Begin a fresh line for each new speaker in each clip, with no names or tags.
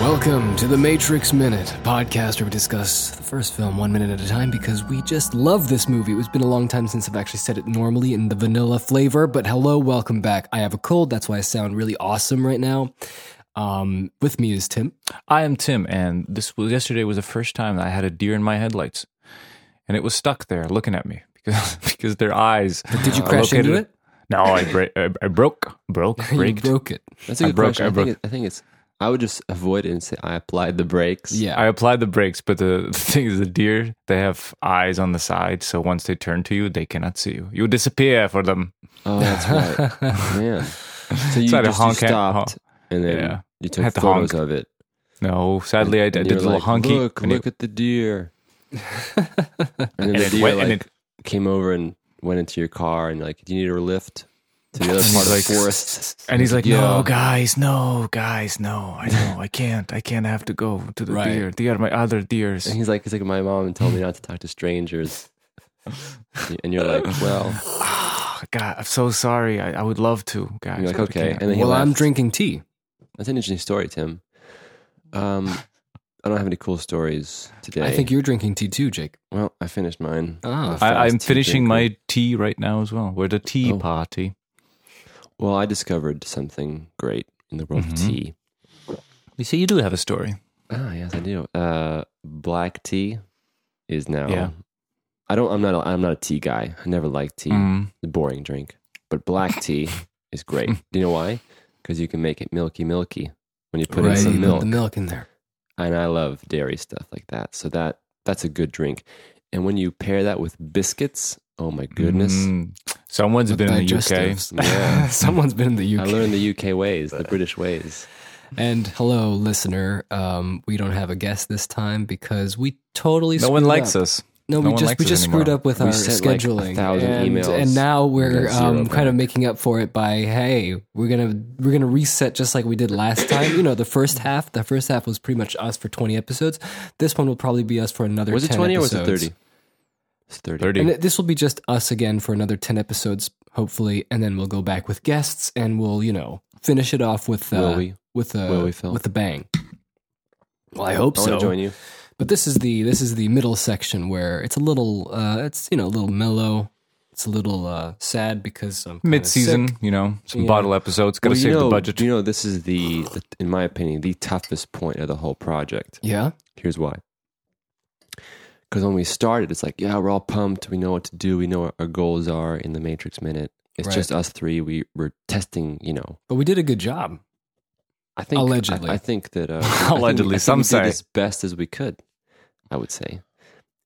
Welcome to the Matrix Minute, a podcast where we discuss the first film one minute at a time because we just love this movie. It's been a long time since I've actually said it normally in the vanilla flavor, but hello, welcome back. I have a cold, that's why I sound really awesome right now. Um, with me is Tim.
I am Tim, and this was yesterday was the first time that I had a deer in my headlights, and it was stuck there looking at me because because their eyes.
Did you
are
crash into
located-
it?
No, I, bra- I, I broke, broke,
You
braked.
broke it.
That's a
I
good
broke-
question.
I
I,
broke-
think it, I think it's. I would just avoid it and say I applied the brakes.
Yeah.
I applied the brakes, but the, the thing is, the deer they have eyes on the side, so once they turn to you, they cannot see you. You disappear for them.
Oh, that's right. Man. So you
Tried to
just
honk
you
at-
stopped and then
Yeah.
you took
Had to
photos
honk.
of it.
No, sadly, I, I
And
did a
you're
little
like,
honky.
Look,
and it-
look at the deer. and then
and
the
it
deer
went-
like,
and
came over and went into your car and you're like, do you need a lift to the other
And
part of
he's
the
like-
forest?
And he's like,
Yeah.
"No, guys, no, guys, no. I know, I can't, I can't. I have to go to the
Right.
deer. They are my other deers."
And he's like, it's like my mom told me not to talk to strangers. and you're like, well,
Ah, God, I'm so sorry. I, I would love to, guys.
you're like,
but I
okay.
can't.
And then he
well, I'm
left.
drinking tea.
That's an interesting story, Tim. Um, I don't have any cool stories today.
I think you're drinking tea too, Jake.
Well, I finished mine.
Ah,
I-
I, I'm
fast
finishing
drinker.
my tea right now as well. We're at a tea
Oh.
party.
Well, I discovered something great in the world of
Mhm.
tea.
You see, you do have a story.
Ah, yes, I do. Uh, black tea is now.
Yeah.
I don't. I'm not. A, I'm not a tea guy. I never liked tea.
Mm.
It's a boring drink. But black tea is great. Do you know why? Because you can make it milky, milky when you put
right.
in
you
some
put
milk.
the milk in there.
and I love dairy stuff like that. So that that's a good drink. And when you pair that with biscuits, oh my goodness.
Mm. Someone's
With
been in the UK.
digestives.
Yeah.
Someone's been in the UK.
I learned the UK ways, the British ways.
And hello, listener. Um, we don't have a guest this time because we totally.
No one
screwed
likes
up.
us.
No,
No
we
one
just
likes
we
us
just screwed
anymore.
up with
We
our
sent, like, a
scheduling.
thousand
and,
emails.
and now we're
got zero
um, kind
back.
of making up for it by hey, we're gonna we're gonna reset just like we did last time. You know, the first
Mm-hmm.
half, the first half was pretty much us for twenty episodes. This one will probably be us for another.
Was it
10
20 or
episodes.
was it 30? It's 30.
30.
And it- this will be just us again for another 10 episodes, hopefully. And then we'll go back with guests and we'll, you know, finish it off with, uh,
Will we?
with, a,
Will we, Phil?
with a bang. Well, I hope
I
so.
want to join you.
But this is the, this is the middle section where it's a little, uh, it's, you know, a little mellow. It's a little, uh, sad because I'm kinda
Mid-season,
sick.
you know, some
Yeah.
bottle episodes. Got to
Well, you
save
know-
the budget.
You know, this is the, the, in my opinion, the toughest point of the whole project.
Yeah.
Here's why. Because when we started, it's like, yeah, we're all pumped. We know what to do. We know what our goals are in the Matrix Minute. It's
Right.
just us three. We we're testing. You know,
But we did a good job.
I think
Allegedly.
I, I think that uh, I think-
Allegedly,
I think
some
we
say.
did as best as we could. I would say,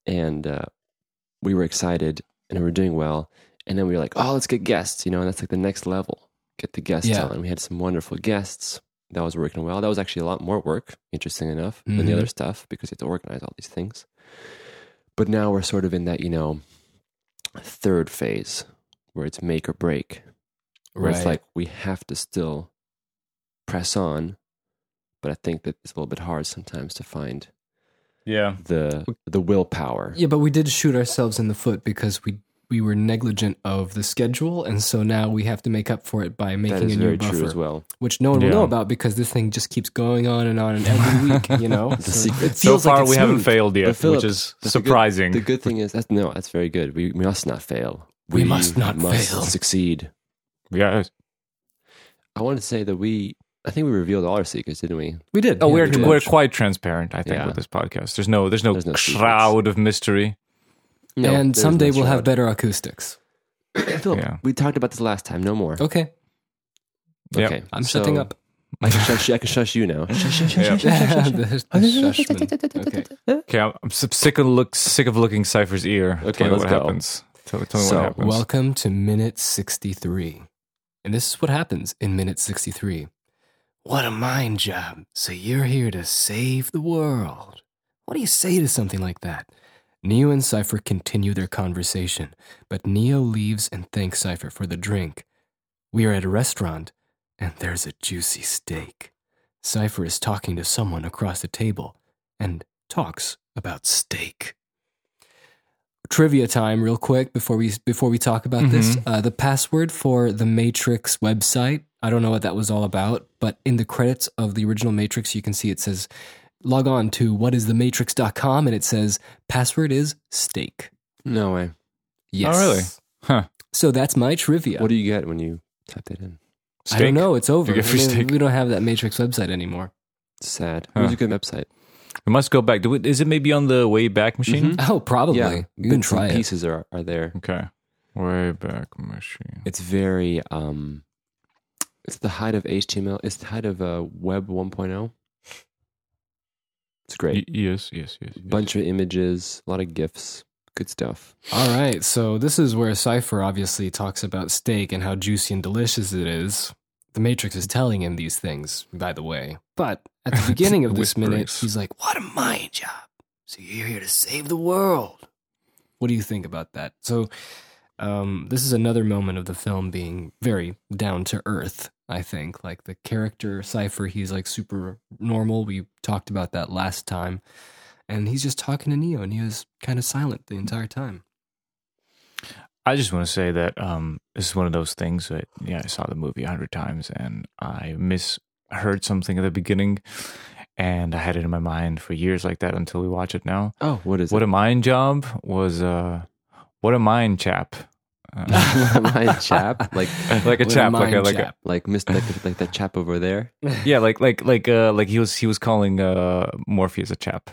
and uh, we were excited and we were doing well. And then we were like, oh, let's get guests. You know, and that's like the next level. Get the guests
Yeah.
on. And we had some wonderful guests. That was working well. That was actually a lot more work, interesting enough, than
Mm-hmm.
Mhm.
the other stuff because you have to organize all these things. But now we're sort of in that you know third phase where it's make or break where it's like we have to still press on but i think that it's a little bit hard sometimes to find
yeah.
the the willpower
Yeah, but we did shoot ourselves in the foot because we we were negligent of the schedule, and so now we have to make up for it by
that
making
is
a new
very
buffer,
true as well
which no one will know
Yeah.
about because this thing just keeps going on and on and every week, you know.
The secret.
It
So
feels like
far,
it's
we haven't
smooth.
failed yet,
But Philip,
which is
that's a good-
surprising.
the good thing is that's no that's very good we, we must not fail
We must not fail.
succeed
yeah.
i wanted to say that we i think we revealed all our secrets didn't we
We did.
Oh,
Yeah,
we're
we did.
we're quite transparent, I think,
Yeah.
with this podcast. There's no there's no,
There's no secrets.
shroud of mystery.
No,
and
there's
someday
no
we'll have
shroud.
better acoustics.
Philip,
Yeah.
we talked about this last time no more
Okay,
Yep.
okay
I'm
so
shutting up.
i can shush, I can shush you now
The- the shushman. Okay.
Okay, I'm, I'm s- sick of look sick of looking Cypher's ear.
Okay,
tell me
let's
what
go.
happens. Tell, tell me
So,
what happens.
Welcome to minute 63. And this is what happens in minute 63. What a mind job. So you're here to save the world. What do you say to something like that? Neo and Cypher continue their conversation, but Neo leaves and thanks Cypher for the drink. We are at a restaurant, and there's a juicy steak. Cypher is talking to someone across the table and talks about steak. trivia time real quick before we before we talk about this.
Mhm.
Uh, the password for the Matrix website. I don't know what that was all about, but in the credits of the original Matrix, you can see it says log on to whatisthematrix.com and it says password is steak.
No way.
Yes.
Oh, really? Huh.
So that's my trivia.
What do you get when you type that in?
I don't know. It's over.
You get free
I mean,
steak.
We don't have that Matrix website anymore.
It's sad.
Huh.
It was a good website.
It must go back. Do we, is it maybe on the way back machine?
Oh, probably.
Yeah,
you can
bits and
try it. Mm-hmm.
pieces are are there.
Okay. Way back machine.
It's very um, it's the height of HTML. It's the height of uh, Web 1.0. It's
Y-
great.
yes, yes, yes. yes.
Bunch of images, a lot of gifs, good stuff.
All right. So this is where Cypher obviously talks about steak and how juicy and delicious it is. The Matrix is telling him these things, by the way. But at the beginning of this minute,
Whisperings.
he's like, What a mind job. So you're here to save the world. What do you think about that? So um, this is another moment of the film being very down to earth, I think. Like the character Cypher, he's like super normal. We talked about that last time. And he's just talking to Neo, and Neo's kind of silent the entire time.
I just want to say that um, this is one of those things that yeah, I saw the movie a hundred times and I misheard something at the beginning, and I had it in my mind for years like that until we watch it now.
Oh, what is
What
it?
a mind job was. Uh, what a mind chap. Uh,
Mind chap, like
like a
What
chap, like
mind
a like
chap.
like Mr. Like, like that chap over there.
a yeah, like like like uh, like he was he was calling uh, Morpheus a chap.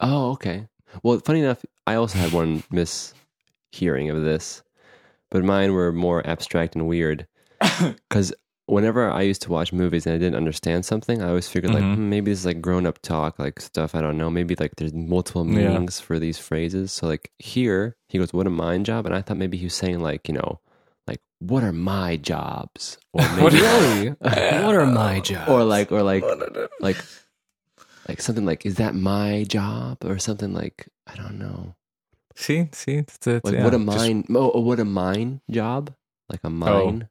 Oh, okay. Well, funny enough, I also had one mishearing of this, but mine were more abstract and weird. Because whenever I used to watch movies and I didn't understand something, I always figured like
Mhm.
Mm-hmm.
hmm, maybe this is like grown up talk, like stuff I don't know. Maybe like there's multiple
Yeah.
meanings for these phrases. So like here, he goes, "What a mind job," and I thought maybe he was saying like you know, like what are my jobs, or
What-
maybe,
really? what are my jobs?
or like or like like like something like is that my job or something like I don't know.
See, see, it's, it's,
Like
yeah,
what a
just-
mine oh, oh, what a mine job? Like
Oh.
a mine.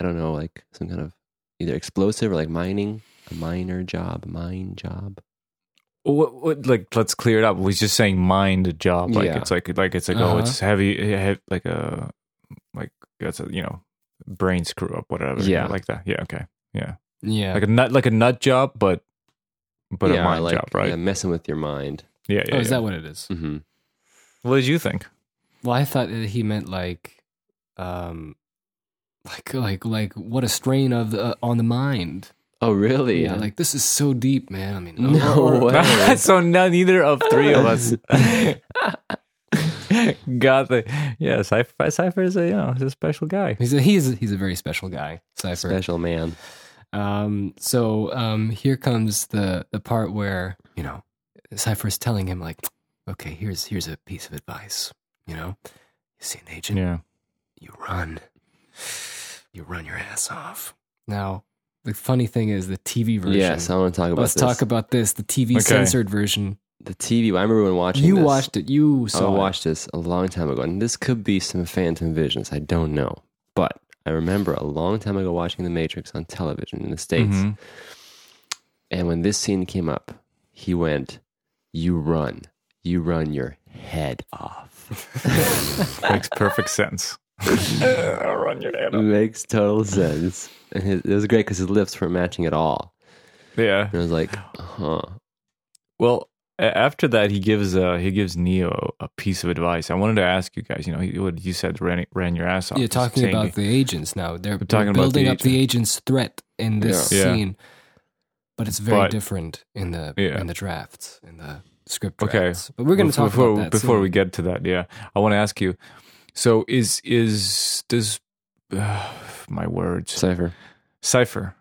I don't know, like some kind of either explosive or like mining, a miner job, mine job.
what, what like let's clear it up was just saying mind job like
Yeah.
it's like like it's like oh
Uh-huh.
it's heavy eh, he- like a like that's a you know brain screw up whatever
Yeah.
like that yeah okay yeah,
yeah.
like a nut like a nut job but but a
Yeah,
mind
like,
job right
Yeah,
yeah
messing with your mind.
yeah,
oh, is
yeah.
that what it is?
hmm
what did you think
Well, I thought that he meant like, um, like like like what a strain of the, uh, on the mind.
Oh really?
Yeah. Like this is so deep, man. I mean, oh,
No way. Well-
so none neither of three of us got the yeah Cypher, Cypher is a you know he's a special guy
He's a, he's a, he's a very special guy, Cipher.
special man.
Um, so um, here comes the the part where you know Cipher is telling him like, okay, here's here's a piece of advice. You know, you see an agent,
yeah
you run. You run your ass off. Now, the funny thing is the TV version.
Yes, I want to talk about
Let's
this.
talk about this. The TV
Okay.
censored version.
the TV. I remember when watching
you
this.
watched it. You
I
saw
watched this a long time ago, and this could be some phantom visions. I don't know, but I remember a long time ago watching The Matrix on television in the states.
Mhm.
Mm-hmm.
And when this scene came up, he went, You run. You run your head off.
makes perfect sense run your head off.
Makes total sense. And his, it was great because his lips weren't matching at all.
yeah
And I was like, Huh.
Well, a- after that, he gives uh, he gives Neo a piece of advice. I wanted to ask you guys. You know, he, what you said ran ran your ass off.
it. You're talking
Saying-
about the agents now. They're,
We're
they're
talking about
building
the
up the agent's threat in this
Yeah. Yeah.
scene. But it's very
But-
different in the
Yeah.
in the drafts, in the script
Okay.
drafts. But we're going to
before,
talk
before,
about that
before
soon.
we get to that. Yeah, I want to ask you. So is is does uh, my words
Cypher.
cipher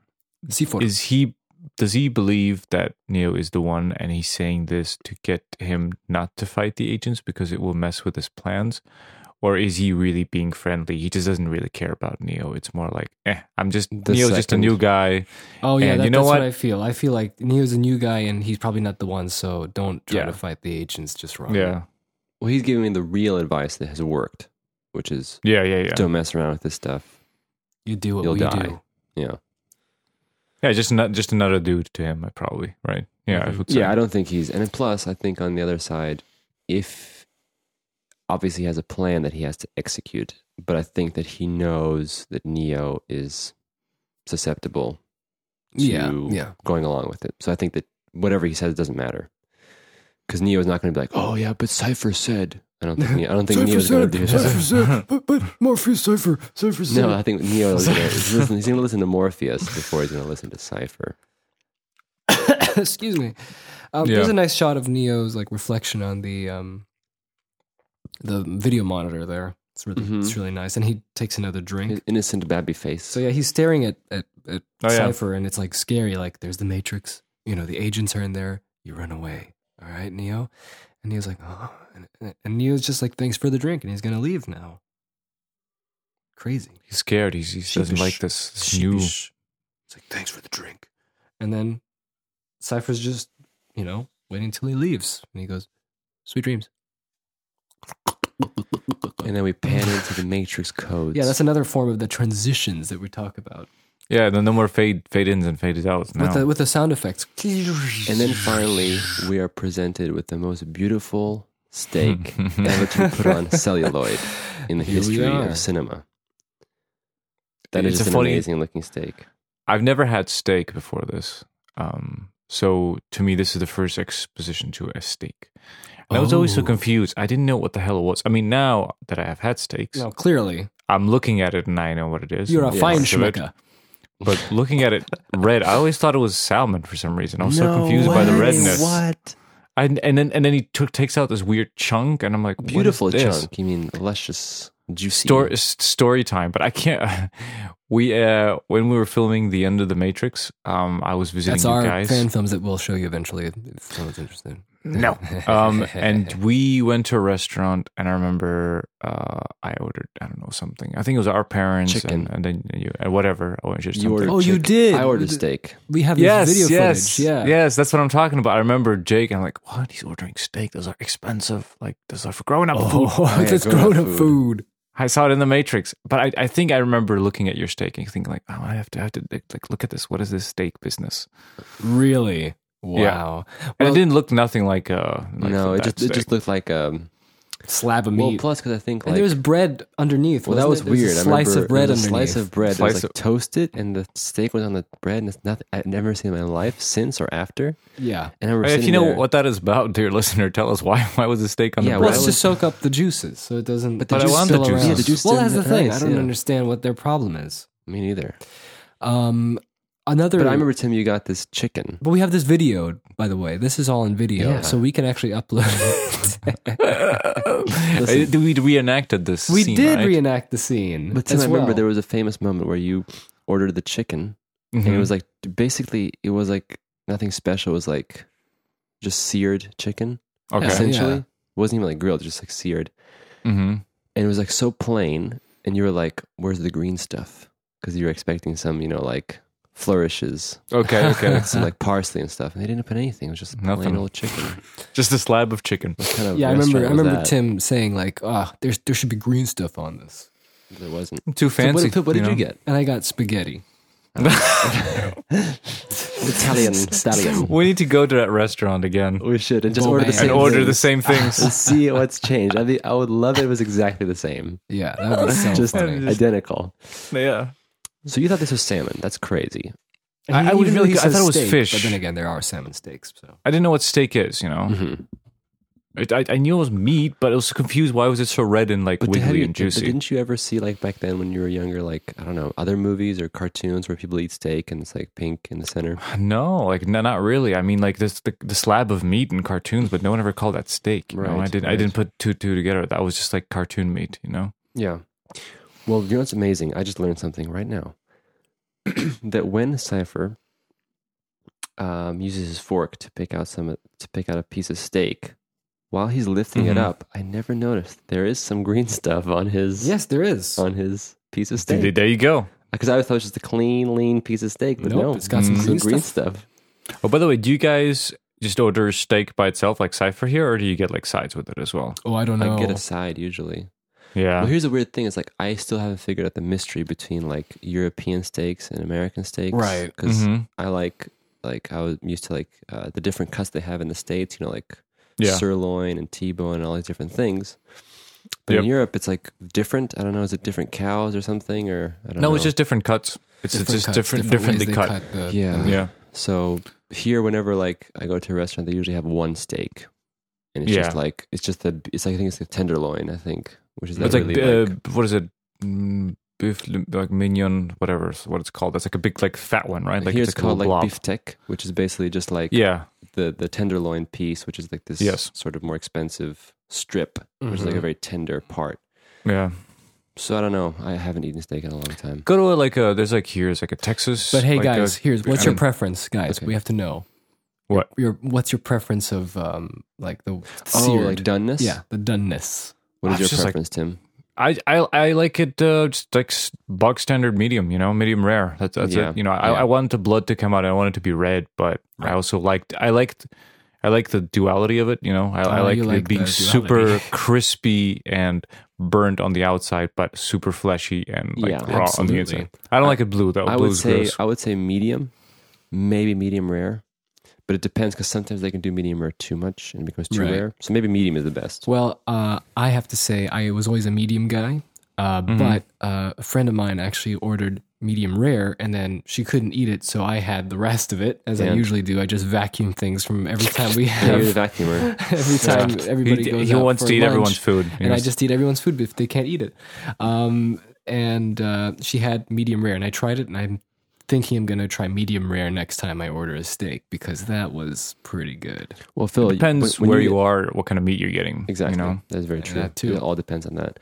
C4.
is he does he believe that Neo is the one and he's saying this to get him not to fight the agents because it will mess with his plans? Or is he really being friendly? He just doesn't really care about Neo. It's more like, eh, I'm just
The
Neo's just a
second-
new guy.
oh yeah,
and
that,
you know
that's what?
what?
I feel. I feel like Neo's a new guy, and he's probably not the one. So don't try
Yeah.
to fight the agents just wrong.
Yeah.
Well, he's giving me the real advice that has worked, which is
Yeah, yeah, yeah.
don't mess around with this stuff.
you do what
You'll
we
die.
do.
Yeah.
Yeah, just not just another dude to him, probably, right? Yeah, I would say.
Yeah, I don't think he's. And plus, I think on the other side, if obviously has a plan that he has to execute, but I think that he knows that Neo is susceptible to
yeah, yeah.
going along with it. So I think that whatever he says doesn't matter. Because Neo is not going to be like, oh yeah, but Cipher said. I don't think. Neo, I don't think Neo's going to do that.
but, but Morpheus Cypher, Cypher
No, I think Neo is going to listen. He's going to listen to Morpheus before he's going to listen to Cipher.
Excuse me. Um,
Yeah.
There's a nice shot of Neo's like reflection on the um, the video monitor there. It's really
Mhm.
it's really nice, and he takes another drink.
His innocent babby face.
So yeah, he's staring at at, at
Oh, yeah.
Cipher, and it's like scary. Like there's the Matrix. You know, the agents are in there. You run away. All right, Neo. And Neo's like, oh. and, and Neo's just like, thanks for the drink, and he's gonna leave now. Crazy.
He's scared. He's, he doesn't
Sheepish.
like this, this new.
Sheepish. It's like, thanks for the drink. And then Cypher's just, you know, waiting till he leaves. And he goes, sweet dreams.
And then we pan into the Matrix codes.
Yeah, that's another form of the transitions that we talk about
Yeah, no, no more fade fade ins and fade outs now.
with, the, with the sound effects.
and then finally, we are presented with the most beautiful steak ever to be put on celluloid in the
Here we
history
are.
of cinema. That is
It's
just
a
an
funny-
amazing looking steak.
I've never had steak before this. Um, so to me, this is the first exposition to a steak. And I was always so
Oh.
confused. I didn't know what the hell it was. I mean, now that I have had steaks,
No, clearly,
I'm looking at it and I know what it is.
you're a
and
fine
parts of it.
schmicka.
But looking at it red, I always thought it was salmon for some reason. I was so confused by the
way.
redness.
What?
I, and then and then he took takes out this weird chunk, and I'm like, what is
Beautiful
this?
chunk. You mean luscious, juicy.
Stor- s- story time, but I can't. We uh, when we were filming the end of the Matrix, um, I was visiting
That's
you
our
guys.
fan films that we'll show you eventually if someone's interested.
No. um, and we went to a restaurant, and I remember uh, I ordered I don't know something. I think it was our parents
Chicken.
and, and then you and whatever. I ordered
You
something.
ordered
Oh, you
chick-
did.
I ordered
You did.
steak.
we have this
yes,
video
yes,
footage. Yeah,
yes. That's what I'm talking about. I remember Jake. And I'm like, what? He's ordering steak. Those are expensive. Like those are for grown up food.
Oh,
yeah,
that's
grown-up
grown up
food.
food.
I saw it in the Matrix, but I, I think I remember looking at your steak and thinking like, oh, I have to, I have to like, like, look at this. What is this steak business?
Really? Wow.
And
Well-
it didn't look nothing like a like
no, it
that
just it
steak.
just looked like um.
Slab of meat.
Well, plus because I think like
and there was bread underneath.
well that was
wasn't there? There
weird.
a
I
slice
remember
of bread
there
underneath.
was a slice of bread. that
Slice
was
of-
like toasted, and the steak was on the bread, and it's nothing I've never seen it in my life since or after.
yeah.
And I remember
If you
sitting
know
there-
what that is about, dear listener, tell us why. Why was the steak on
Yeah,
the
Well,
bread?
I
it's to
was-
soak up the juices, so it doesn't.
But the
it's
juice
still
still-
around.
yeah, the
juice
well,
still
that's the thing. I
nice,
don't
yeah.
understand what their problem is.
Me neither.
Um, another.
But I remember Tim, you got this chicken.
But we have this video, by the way. This is all in video,
Yeah.
so we can actually upload. it.
Uh, we reenacted this.
we
scene,
did
right?
reenact the scene.
But Tim,
as
I remember
Mm-hmm. well.
there was a famous moment where you ordered the chicken,
Mhm.
and it was like basically it was like nothing special. It was like just seared chicken,
okay.
Yeah.
essentially. It wasn't even like grilled, just like seared,
Mhm.
and it was like so plain. And you were like, "Where's the green stuff?" Because you were expecting some, you know, like flourishes,
Okay. Okay.
some like parsley and stuff, and they didn't put anything. It was just plain
Nothing.
old chicken.
just a slab of chicken.
What kind of
Yeah, I remember. I
restaurant was
remember
that?
Tim saying like, "Ah, there's there should be green stuff on this,"
There wasn't.
Too fancy.
so what, what did you,
know?
get?
and I got spaghetti.
Italian stallion.
We need to go to that restaurant again
We should and just
Oh,
order
man. And
the same
and order the
things.
same things.
to see what's changed. I mean, I would love it. if It was exactly the same,
Yeah, that would be so
just
funny.
identical.
yeah.
So you thought this was salmon? That's crazy.
And
I-
he-
I would
even though
really
he
go- I
says
thought it was
steak,
fish.
But then again, there are salmon steaks. So
I didn't know what steak is. You know,
Mm-hmm.
It- I, I knew it was meat, but I was confused. Why was it so red and like
have
wiggly
you-
and
but
juicy?
didn't you ever see like back then when you were younger, like I don't know, other movies or cartoons where people eat steak and it's like pink in the center?
No, like no, not really. I mean, like this the, the slab of meat in cartoons, but no one ever called that steak. You know?
Right,
I didn't. I
right.
didn't put two and two together. That was just like cartoon meat. You know.
Yeah. Well, you know what's amazing? I just learned something right now. that when Cipher um, uses his fork to pick out some to pick out a piece of steak, while he's lifting it
Mm-hmm.
Mhm.
up, I never noticed there is some green stuff on his
yes, there is.
on his piece of
There
steak.
there you go.
Because I always thought it was just a clean, lean piece of steak, but
Nope,
no,
it's got some
some
green,
green
stuff.
stuff.
Oh, by the way, do you guys just order steak by itself, like cipher here, or do you get like sides with it as well?
Oh, I don't know.
I get a side usually. Well,
Yeah.
here's the weird thing: is like I still haven't figured out the mystery between like European steaks and American steaks,
Right. Mm-hmm.
Because
hmm
I like like I was used to like uh, the different cuts they have in the states. You know, like
Yeah.
sirloin and T-bone and all these different things. But in
Yep.
Europe, it's like different. I don't know. Is it different cows or something? Or I don't know.
No, it's just different cuts. It's it's just
cuts,
different,
ways
differently
they
cut.
the- the
Yeah.
meat.
Yeah.
So here, whenever like I go to a restaurant, they usually have one steak, and it's just
Yeah.
like it's just the it's like I think it's the tenderloin. I think which is
It's
not
like,
really
uh,
like
what is it? Mm, Beef, li- like mignon, whatever is what it's called. That's like a big, like fat one, right? Like
here
it's,
it's,
like a
called
little
like
blob.
beefsteak, which is basically just like
Yeah,
the the tenderloin piece, which is like this
Yes. Mm-hmm.
sort of more expensive strip, which is like
Mhm.
a very tender part.
yeah.
So I don't know. I haven't eaten steak in a long time.
Go to a, like a. There's like here's like a Texas.
But hey,
like uh, a-
guys, here's what's
I
your
mean-
preference, guys? We have to know
What?
your what's your preference of um like the
Oh,
seared,
like doneness.
yeah, the doneness.
What
I
is your
was just like-
preference, Tim?
I I I like it uh, just like s- bog standard medium, you know, medium rare. That's that's
Yeah.
it. You know, I,
Yeah.
I want the blood to come out. I want it to be red, but I also liked I liked I like the duality of it. You know, I, I
Oh,
like
you
it
like
being
the
super
duality.
crispy and burnt on the outside, but super fleshy and like
Yeah,
raw
absolutely.
on the inside. I don't like it blue though.
I would
Blue's
say
Oh, gross.
I would say medium, maybe medium rare, but it depends because sometimes they can do medium rare too much and it becomes too
Right.
rare. So maybe medium is the best.
Well, uh, I have to say I was always a medium guy, uh,
Mm-hmm.
but uh, a friend of mine actually ordered medium rare, and then she couldn't eat it, so I had the rest of it as I
Yeah.
usually do. I just vacuum things from every time we
Yeah, you're
have.
the vacuumer.
Every time everybody
he,
goes
he
out
wants
for
to eat
lunch,
everyone's food.
and I
Yes.
just eat everyone's food if they can't eat it. Um, and uh, she had medium rare, and I tried it, and I'm thinking I'm gonna try medium rare next time I order a steak because that was pretty good.
Well, Phil,
it depends where you,
are.
are, what kind of meat you're getting.
Exactly.
You know,
That's very true.
that too.
It all depends on that.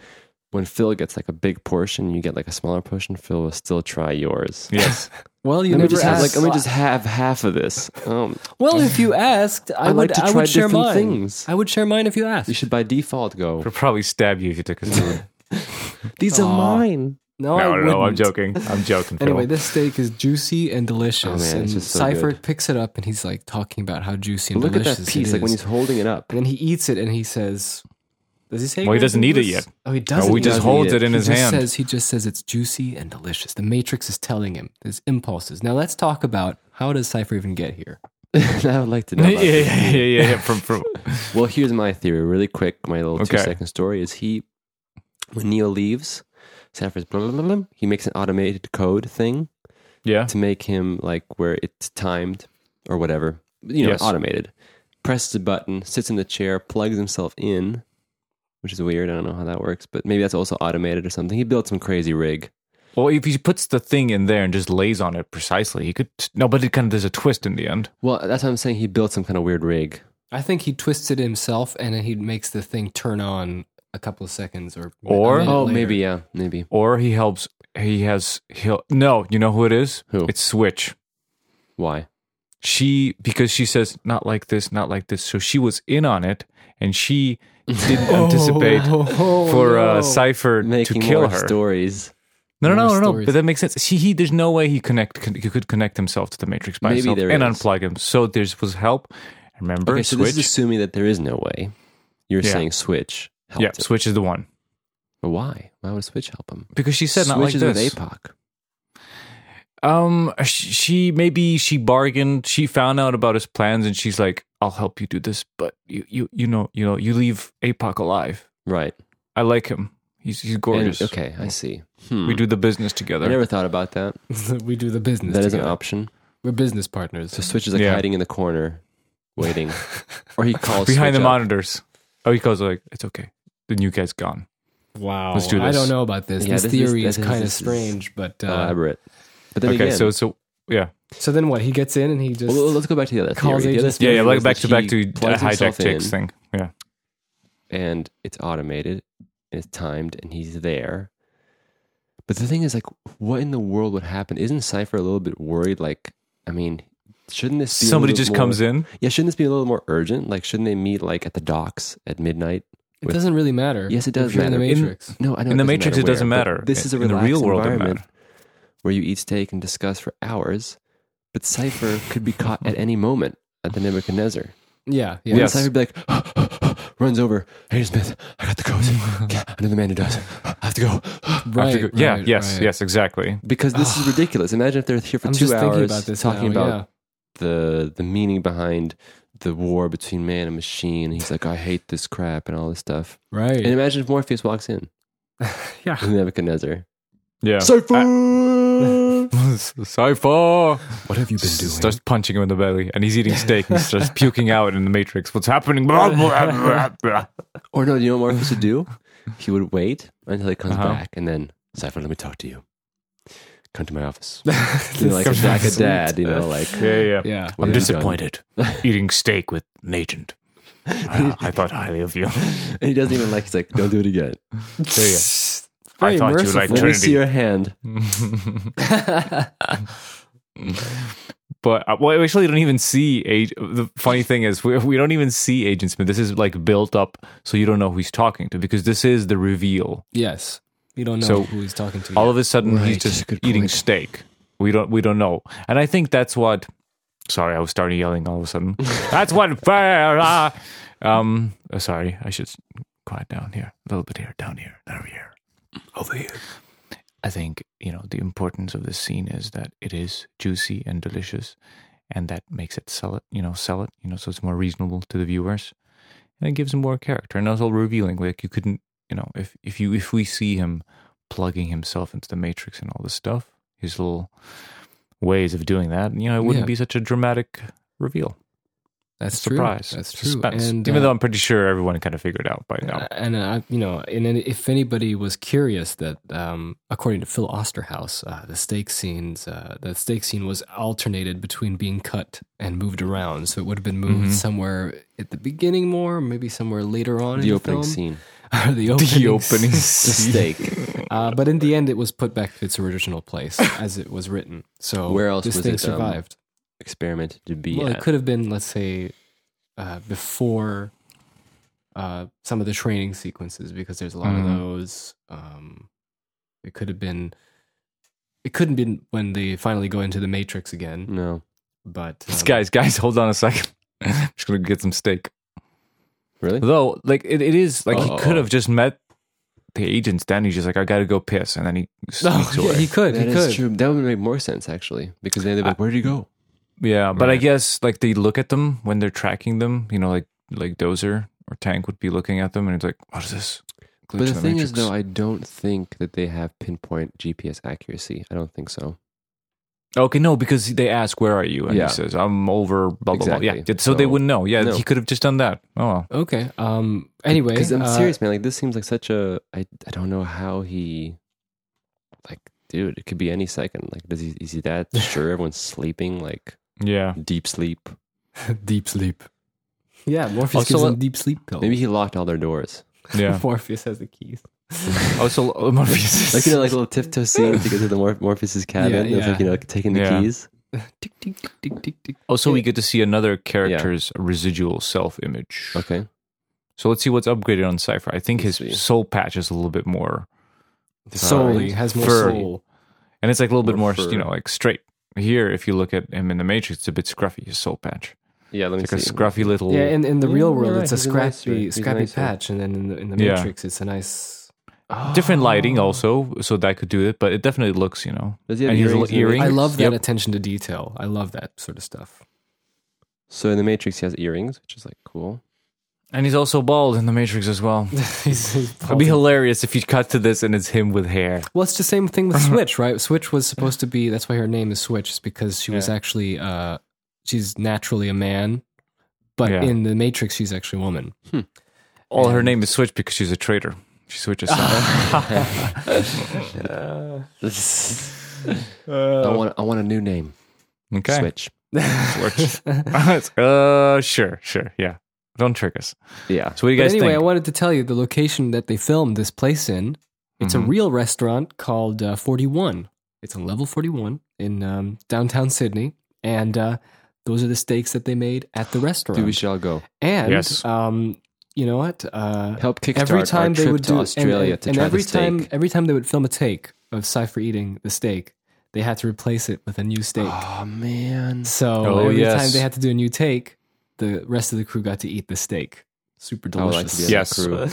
When Phil gets like a big portion, you get like a smaller portion. Phil will still try yours.
yes.
Well, you
Let me
never
just have, like
asked.
let me just have half of this. Um,
well, if you asked, I,
I
would.
like to
I
try
would share
different
mine.
things.
I would share mine if you asked.
you should by default go.
He'll probably stab you if you took his food.
These
Aw.
are mine.
No, I
no, no,
wouldn't.
no, I'm joking. I'm joking. Phil.
Anyway, this steak is juicy and delicious.
Oh, man,
and
it's just so
Seifert
good.
piece it up and he's like talking about how juicy and
Look at
delicious
that
it
piece. Like when
is.
he's holding it up.
And then he eats it and he says, "Does he say?"
Well, he doesn't eat it yet.
Oh, he
No,
doesn't.
we
eat
just
it.
doesn't
holds
eat
it in
he
his
just
hand.
Says he just says it's juicy and delicious. The Matrix is telling him his impulses. Now let's talk about how does Cipher even get here?
I would like to know.
yeah,
about
yeah,
this.
yeah, yeah, yeah. From, from,
Well, here's my theory, really quick. My little
Okay.
two second story is he, when Neo leaves, Saffron's blah, blah, blah, blah, he makes an automated code thing
yeah.
to make him like where it's timed or whatever, you know,
Yes.
automated. Presses a button, sits in the chair, plugs himself in, which is weird. I don't know how that works, but maybe that's also automated or something. He built some crazy rig.
Well, if he puts the thing in there and just lays on it precisely, he could. No, but it kind of there's a twist in the end.
Well, that's what I'm saying. He built some kind of weird rig.
I think he twists it himself and then he makes the thing turn on a couple of seconds or a
Or-
minute
Oh,
later.
maybe, yeah, maybe.
Or he helps. He has. He'll. No, you know who it is?
Who?
It's Switch.
Why?
She because she says not like this, not like this. So she was in on it, and she didn't anticipate for uh, Cipher to
Making
kill
more
her.
stories.
No, no,
More
no, no, no.
stories.
But that makes sense. See, he there's no way he connect con- he could connect himself to the matrix by
Maybe
himself
there
and
is.
unplug him. So there's was help. Remember,
Okay, so
switch.
this is assuming that there is no way. You're
Yeah.
saying Switch helped
yeah,
him.
switch is the one
But why? Why would Switch help him?
because she said
Switch
not like
is
this.
with APOC.
Um, she, she maybe she bargained. She found out about his plans, and she's like, "I'll help you do this, but you, you, you know, you know, you leave Apoc alive.
Right.
I like him. He's he's
And-
gorgeous.
okay, I see. Hmm.
we do the business
I
together.
never thought about that.
we do the business.
That is an
together.
option.
We're business partners.
So Switch is like
Yeah.
hiding in the corner, waiting. or he calls
behind the
Switch up.
monitors. Oh, he goes like, "It's okay. The new guy's gone."
wow,
Let's do
I
this.
don't know about this.
Yeah,
this,
this is-
theory is
this is-
kind of
this is
strange, but uh,
Elaborate. But then
okay,
again,
so so yeah.
so then what? He gets in and he just
well, let's go back to the other
Calls
theory. The other
agents-
Yeah,
theory
yeah, like
was
back
that
to back
he
to the
plugs himself
hijack chicks
in
thing. Yeah.
And it's automated, and it's timed, and he's there. But the thing is, like, what in the world would happen? Isn't Cypher a little bit worried? Like, I mean, shouldn't this be a
Somebody
little
just
more-
comes in.
Yeah, shouldn't this be a little more urgent? Like, shouldn't they meet like at the docks at midnight?
It
with-
doesn't really matter.
Yes, it does
If you're in the
matter. In-
Matrix.
No, I know
In the
doesn't
Matrix, it
where,
doesn't
but
matter.
This is a
In the
relaxed
real world, it
environment
matter.
where you eat steak and discuss for hours. But Cipher could be caught at any moment at the Nebuchadnezzar.
Yeah, yeah.
Yeah,
Yes.
Cipher would be like, runs over. Hey, Smith, I got the code. Yeah, I know the man who does. it. I have to go.
I have
Right,
to go- yeah.
right,
yes.
right.
Yes. Exactly.
Because this is ridiculous. Imagine if they're here for
I'm
two
just
hours
thinking about this
talking
now,
about
yeah.
the the meaning behind the war between man and machine. And he's like, I hate this crap and all this stuff.
Right.
And imagine if Morpheus walks in,
yeah.
Nebuchadnezzar.
Yeah.
Cypher!
Cypher!
What have you been doing?
Starts punching him in the belly, and he's eating steak, and he starts puking out in the Matrix. What's happening? Blah, blah, blah, blah.
or no, you know what Morpheus would do? He would wait until he comes
Uh-huh.
back and then, Cypher, let me talk to you. Come to my office.
This
You know, like, a,
comes
like
from
a
sweet.
dad, you know, like.
Yeah, yeah.
Yeah.
what
I'm
have you done?
disappointed. eating steak with an agent. I, I thought highly of you.
And he doesn't even like, he's like, don't do it again.
So, yeah. I thought you liked
Let me
Trinity.
see your hand.
but uh, well, we actually don't even see. Ag- the funny thing is, we, we don't even see Agent Smith. This is like built up, so you don't know who he's talking to because this is the reveal.
yes. You don't know
So,
who he's talking to.
All of a sudden, he's
Right,
just
good
eating
point.
steak. We don't we don't know, and I think that's what. Sorry, I was starting yelling all of a sudden. that's what fair. ah. Um, uh, sorry, I should s- quiet down here a little bit here, down here, down here.
over here.
I think, you know, the importance of this scene is that it is juicy and delicious and that makes it sell it, you know, sell it, you know, so it's more reasonable to the viewers. And it gives him more character and it's all revealing. Like you couldn't you know, if if you if we see him plugging himself into the matrix and all this stuff, his little ways of doing that, you know, it wouldn't
Yeah.
be such a dramatic reveal.
That's
surprise.
True. That's true.
Suspense.
And,
Even
uh,
though I'm pretty sure everyone kind of figured out by now.
And uh, you know, and then if anybody was curious, that um, according to Phil Osterhaus, uh, the steak scenes, uh, the steak scene was alternated between being cut and moved around, so it would have been moved
Mhm.
somewhere at the beginning more, maybe somewhere later on. in
The opening
film.
scene.
Or the opening,
the opening
scene.
scene.
Uh, but in the end, it was put back to its original place as it was written. So
Where else
this
was
thing
it, um,
survived?
Experiment to be
well,
at.
it could have been, let's say, uh, before uh, some of the training sequences because there's a lot
Mm.
Mm-hmm.
of those. Um, it could have been. It couldn't been when they finally go into the Matrix again,
No.
but
Let's-
um,
guys, guys, hold on a second. I'm just gonna get some steak.
Really?
Though, like it, it is like he
Uh-oh.
could have just met the agents. Then he's just like, I gotta go piss, and then he
No,
sneaks
Oh, yeah,
away.
he could.
That
he
is
could.
true. That would make more sense actually, because then they'd be like, "Where would you go?"
yeah, but I
Right.
guess like they look at them when they're tracking them. You know, like like Dozer or Tank would be looking at them, and it's like, what is this? Glitch
But
in
the thing is,
Matrix.
though, I don't think that they have pinpoint GPS accuracy. I don't think so.
okay, no, because they ask, "Where are you?" and
Yeah.
he says, "I'm over." Blah blah blah. Yeah,
Exactly.
so, they
So-
wouldn't know. Yeah,
No.
he could have just done that. Oh, well.
Okay. Um. Anyway,
Because I'm
uh,
serious, man. Like this seems like such a. I I don't know how he, like, dude. It could be any second. Like, does he is he that sure everyone's sleeping? Like
yeah.
deep sleep.
deep sleep. Yeah, Morpheus
Also,
gives
uh,
him deep sleep pills.
Maybe he locked all their doors.
Yeah.
Morpheus has the keys.
also, Morpheus.
Like you know, like a little tiptoe scene to get to the Mor- Morpheus's cabin.
Yeah,
It's like
yeah.
you know, like, taking the
Yeah.
keys.
tick, tick, tick, tick, tick.
Also, we get to see another character's residual self image.
Okay.
So let's see what's upgraded on Cypher. I think his
Let's see.
soul patch is a little bit more,
Soul
Fine.
has more
Fur.
soul.
and it's like a little bit
More
more,
fur.
you know, like straight. Here, if you look at him in the Matrix, it's a bit scruffy, his soul patch.
Yeah. Let me
It's like a
see.
scruffy little.
Yeah, in, in the
Yeah,
real
you're
world,
right.
it's a
He's a nicer-
scrappy,
he's a
scrappy
nicer.
patch, and then in the, in the
Yeah.
Matrix, it's a nice
Different lighting
Oh.
also, so that could do it, but it definitely looks, you know.
Does he have
and his
earrings
little
in the
earring.
I love that
Yep.
attention to detail. I love that sort of stuff.
So in the Matrix, he has earrings, which is like cool.
And he's also bald in the Matrix as well.
He's- he's
It'd
bald.
be hilarious if you cut to this and it's him with hair.
well, it's the same thing with Switch, right? Switch was supposed to be. That's why her name is Switch, is because she was
Yeah.
actually uh, she's naturally a man, but
Yeah. Hmm.
in the Matrix, she's actually a woman.
All her name is Switch because she's a traitor. She switches.
uh,
I want I want a new name.
okay.
Switch.
Switch. uh, sure, sure, yeah. Don't trick us.
Yeah.
So what do you
But
guys
anyway, I
think?
wanted to tell you the location that they filmed this place in. It's a
Mm-hmm.
Mhm.
real restaurant called uh, 41. It's on level 41 in um, downtown Sydney. And uh, those are the steaks that they made at the restaurant.
Dude, we should all go.
and,
Yes.
um, you know what? Uh,
Help kickstart
every time
our
they
trip
would
to
do
Australia
and,
to
and
try
every
the steak.
time every time they would film a take of Cypher eating the steak, they had to replace it with a new steak.
Oh man.
so
Oh,
every
yes.
time they had to do a new take, the rest of the crew got to eat the steak. Super
I would
delicious.
like to be on that
Yes.
crew.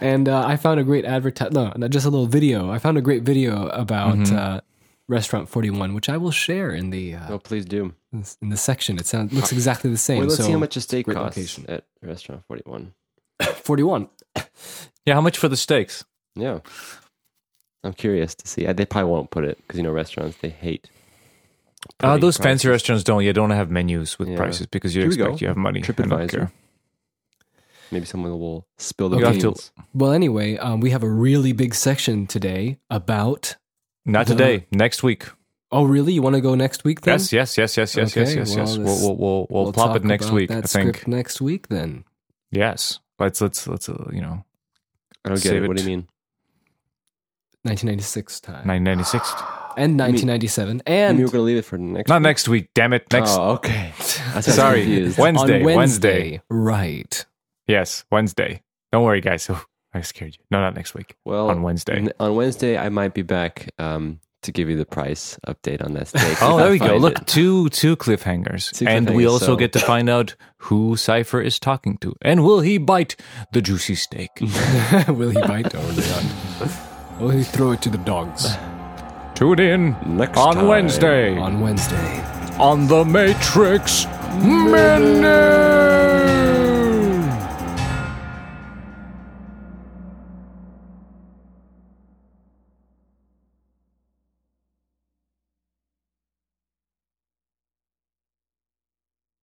and uh, I found a great advertise. No, no, just a little video. I found a great video about
Mhm.
uh, Restaurant 41, which I will share in the uh,
Oh, please do.
in the section. It sounds looks exactly the same.
Wait, let's
so
see how much a steak
great
costs
location.
at restaurant 41.
41.
Yeah, how much for the steaks?
Yeah. I'm curious to see. Uh, They probably won't put it because, you know, restaurants, they hate.
Uh,
putting
those fancy
prices.
restaurants don't. You don't have menus with
Yeah.
prices because you
Here we go.
expect you have money. I don't
TripAdvisor.
care.
Maybe someone will spill the
You have
beans.
to-
Well, anyway, um, we have a really big section today about.
Not
Uh-huh.
The-
today. Next week.
Oh, really? You want to go next week? Then?
Yes, yes, yes, yes, yes, yes,
Okay,
yes,
well,
yes. We'll
this-
we'll we'll, we'll, plop it
talk
next
about
week.
That
I think.
script next week. Then
Yes. Let's let's let's uh, you know
I don't get
Save
it. What do
it.
you mean?
1996 time
1996.
and 1997 and
And we were going to leave it for next
Not next week. Damn it. Next.
Oh, okay. I said
sorry.
confused.
on
Wednesday, Wednesday.
Right.
Yes, Wednesday. Don't worry, guys. Oh, I scared you. No, not next week.
Well,
on Wednesday.
n- on Wednesday, I might be back um, to give you the price update on that steak.
Oh,
if I
there we go.
find
Look,
it.
two two cliffhangers,
Two
and we
cliffhangers,
also
so-
get to find out who Cipher is talking to, and will he bite the juicy steak?
Will he bite Oh, or not? Will he throw it to the dogs
Tune in
Next
on
time.
Wednesday
on Wednesday?
on the Matrix Minute.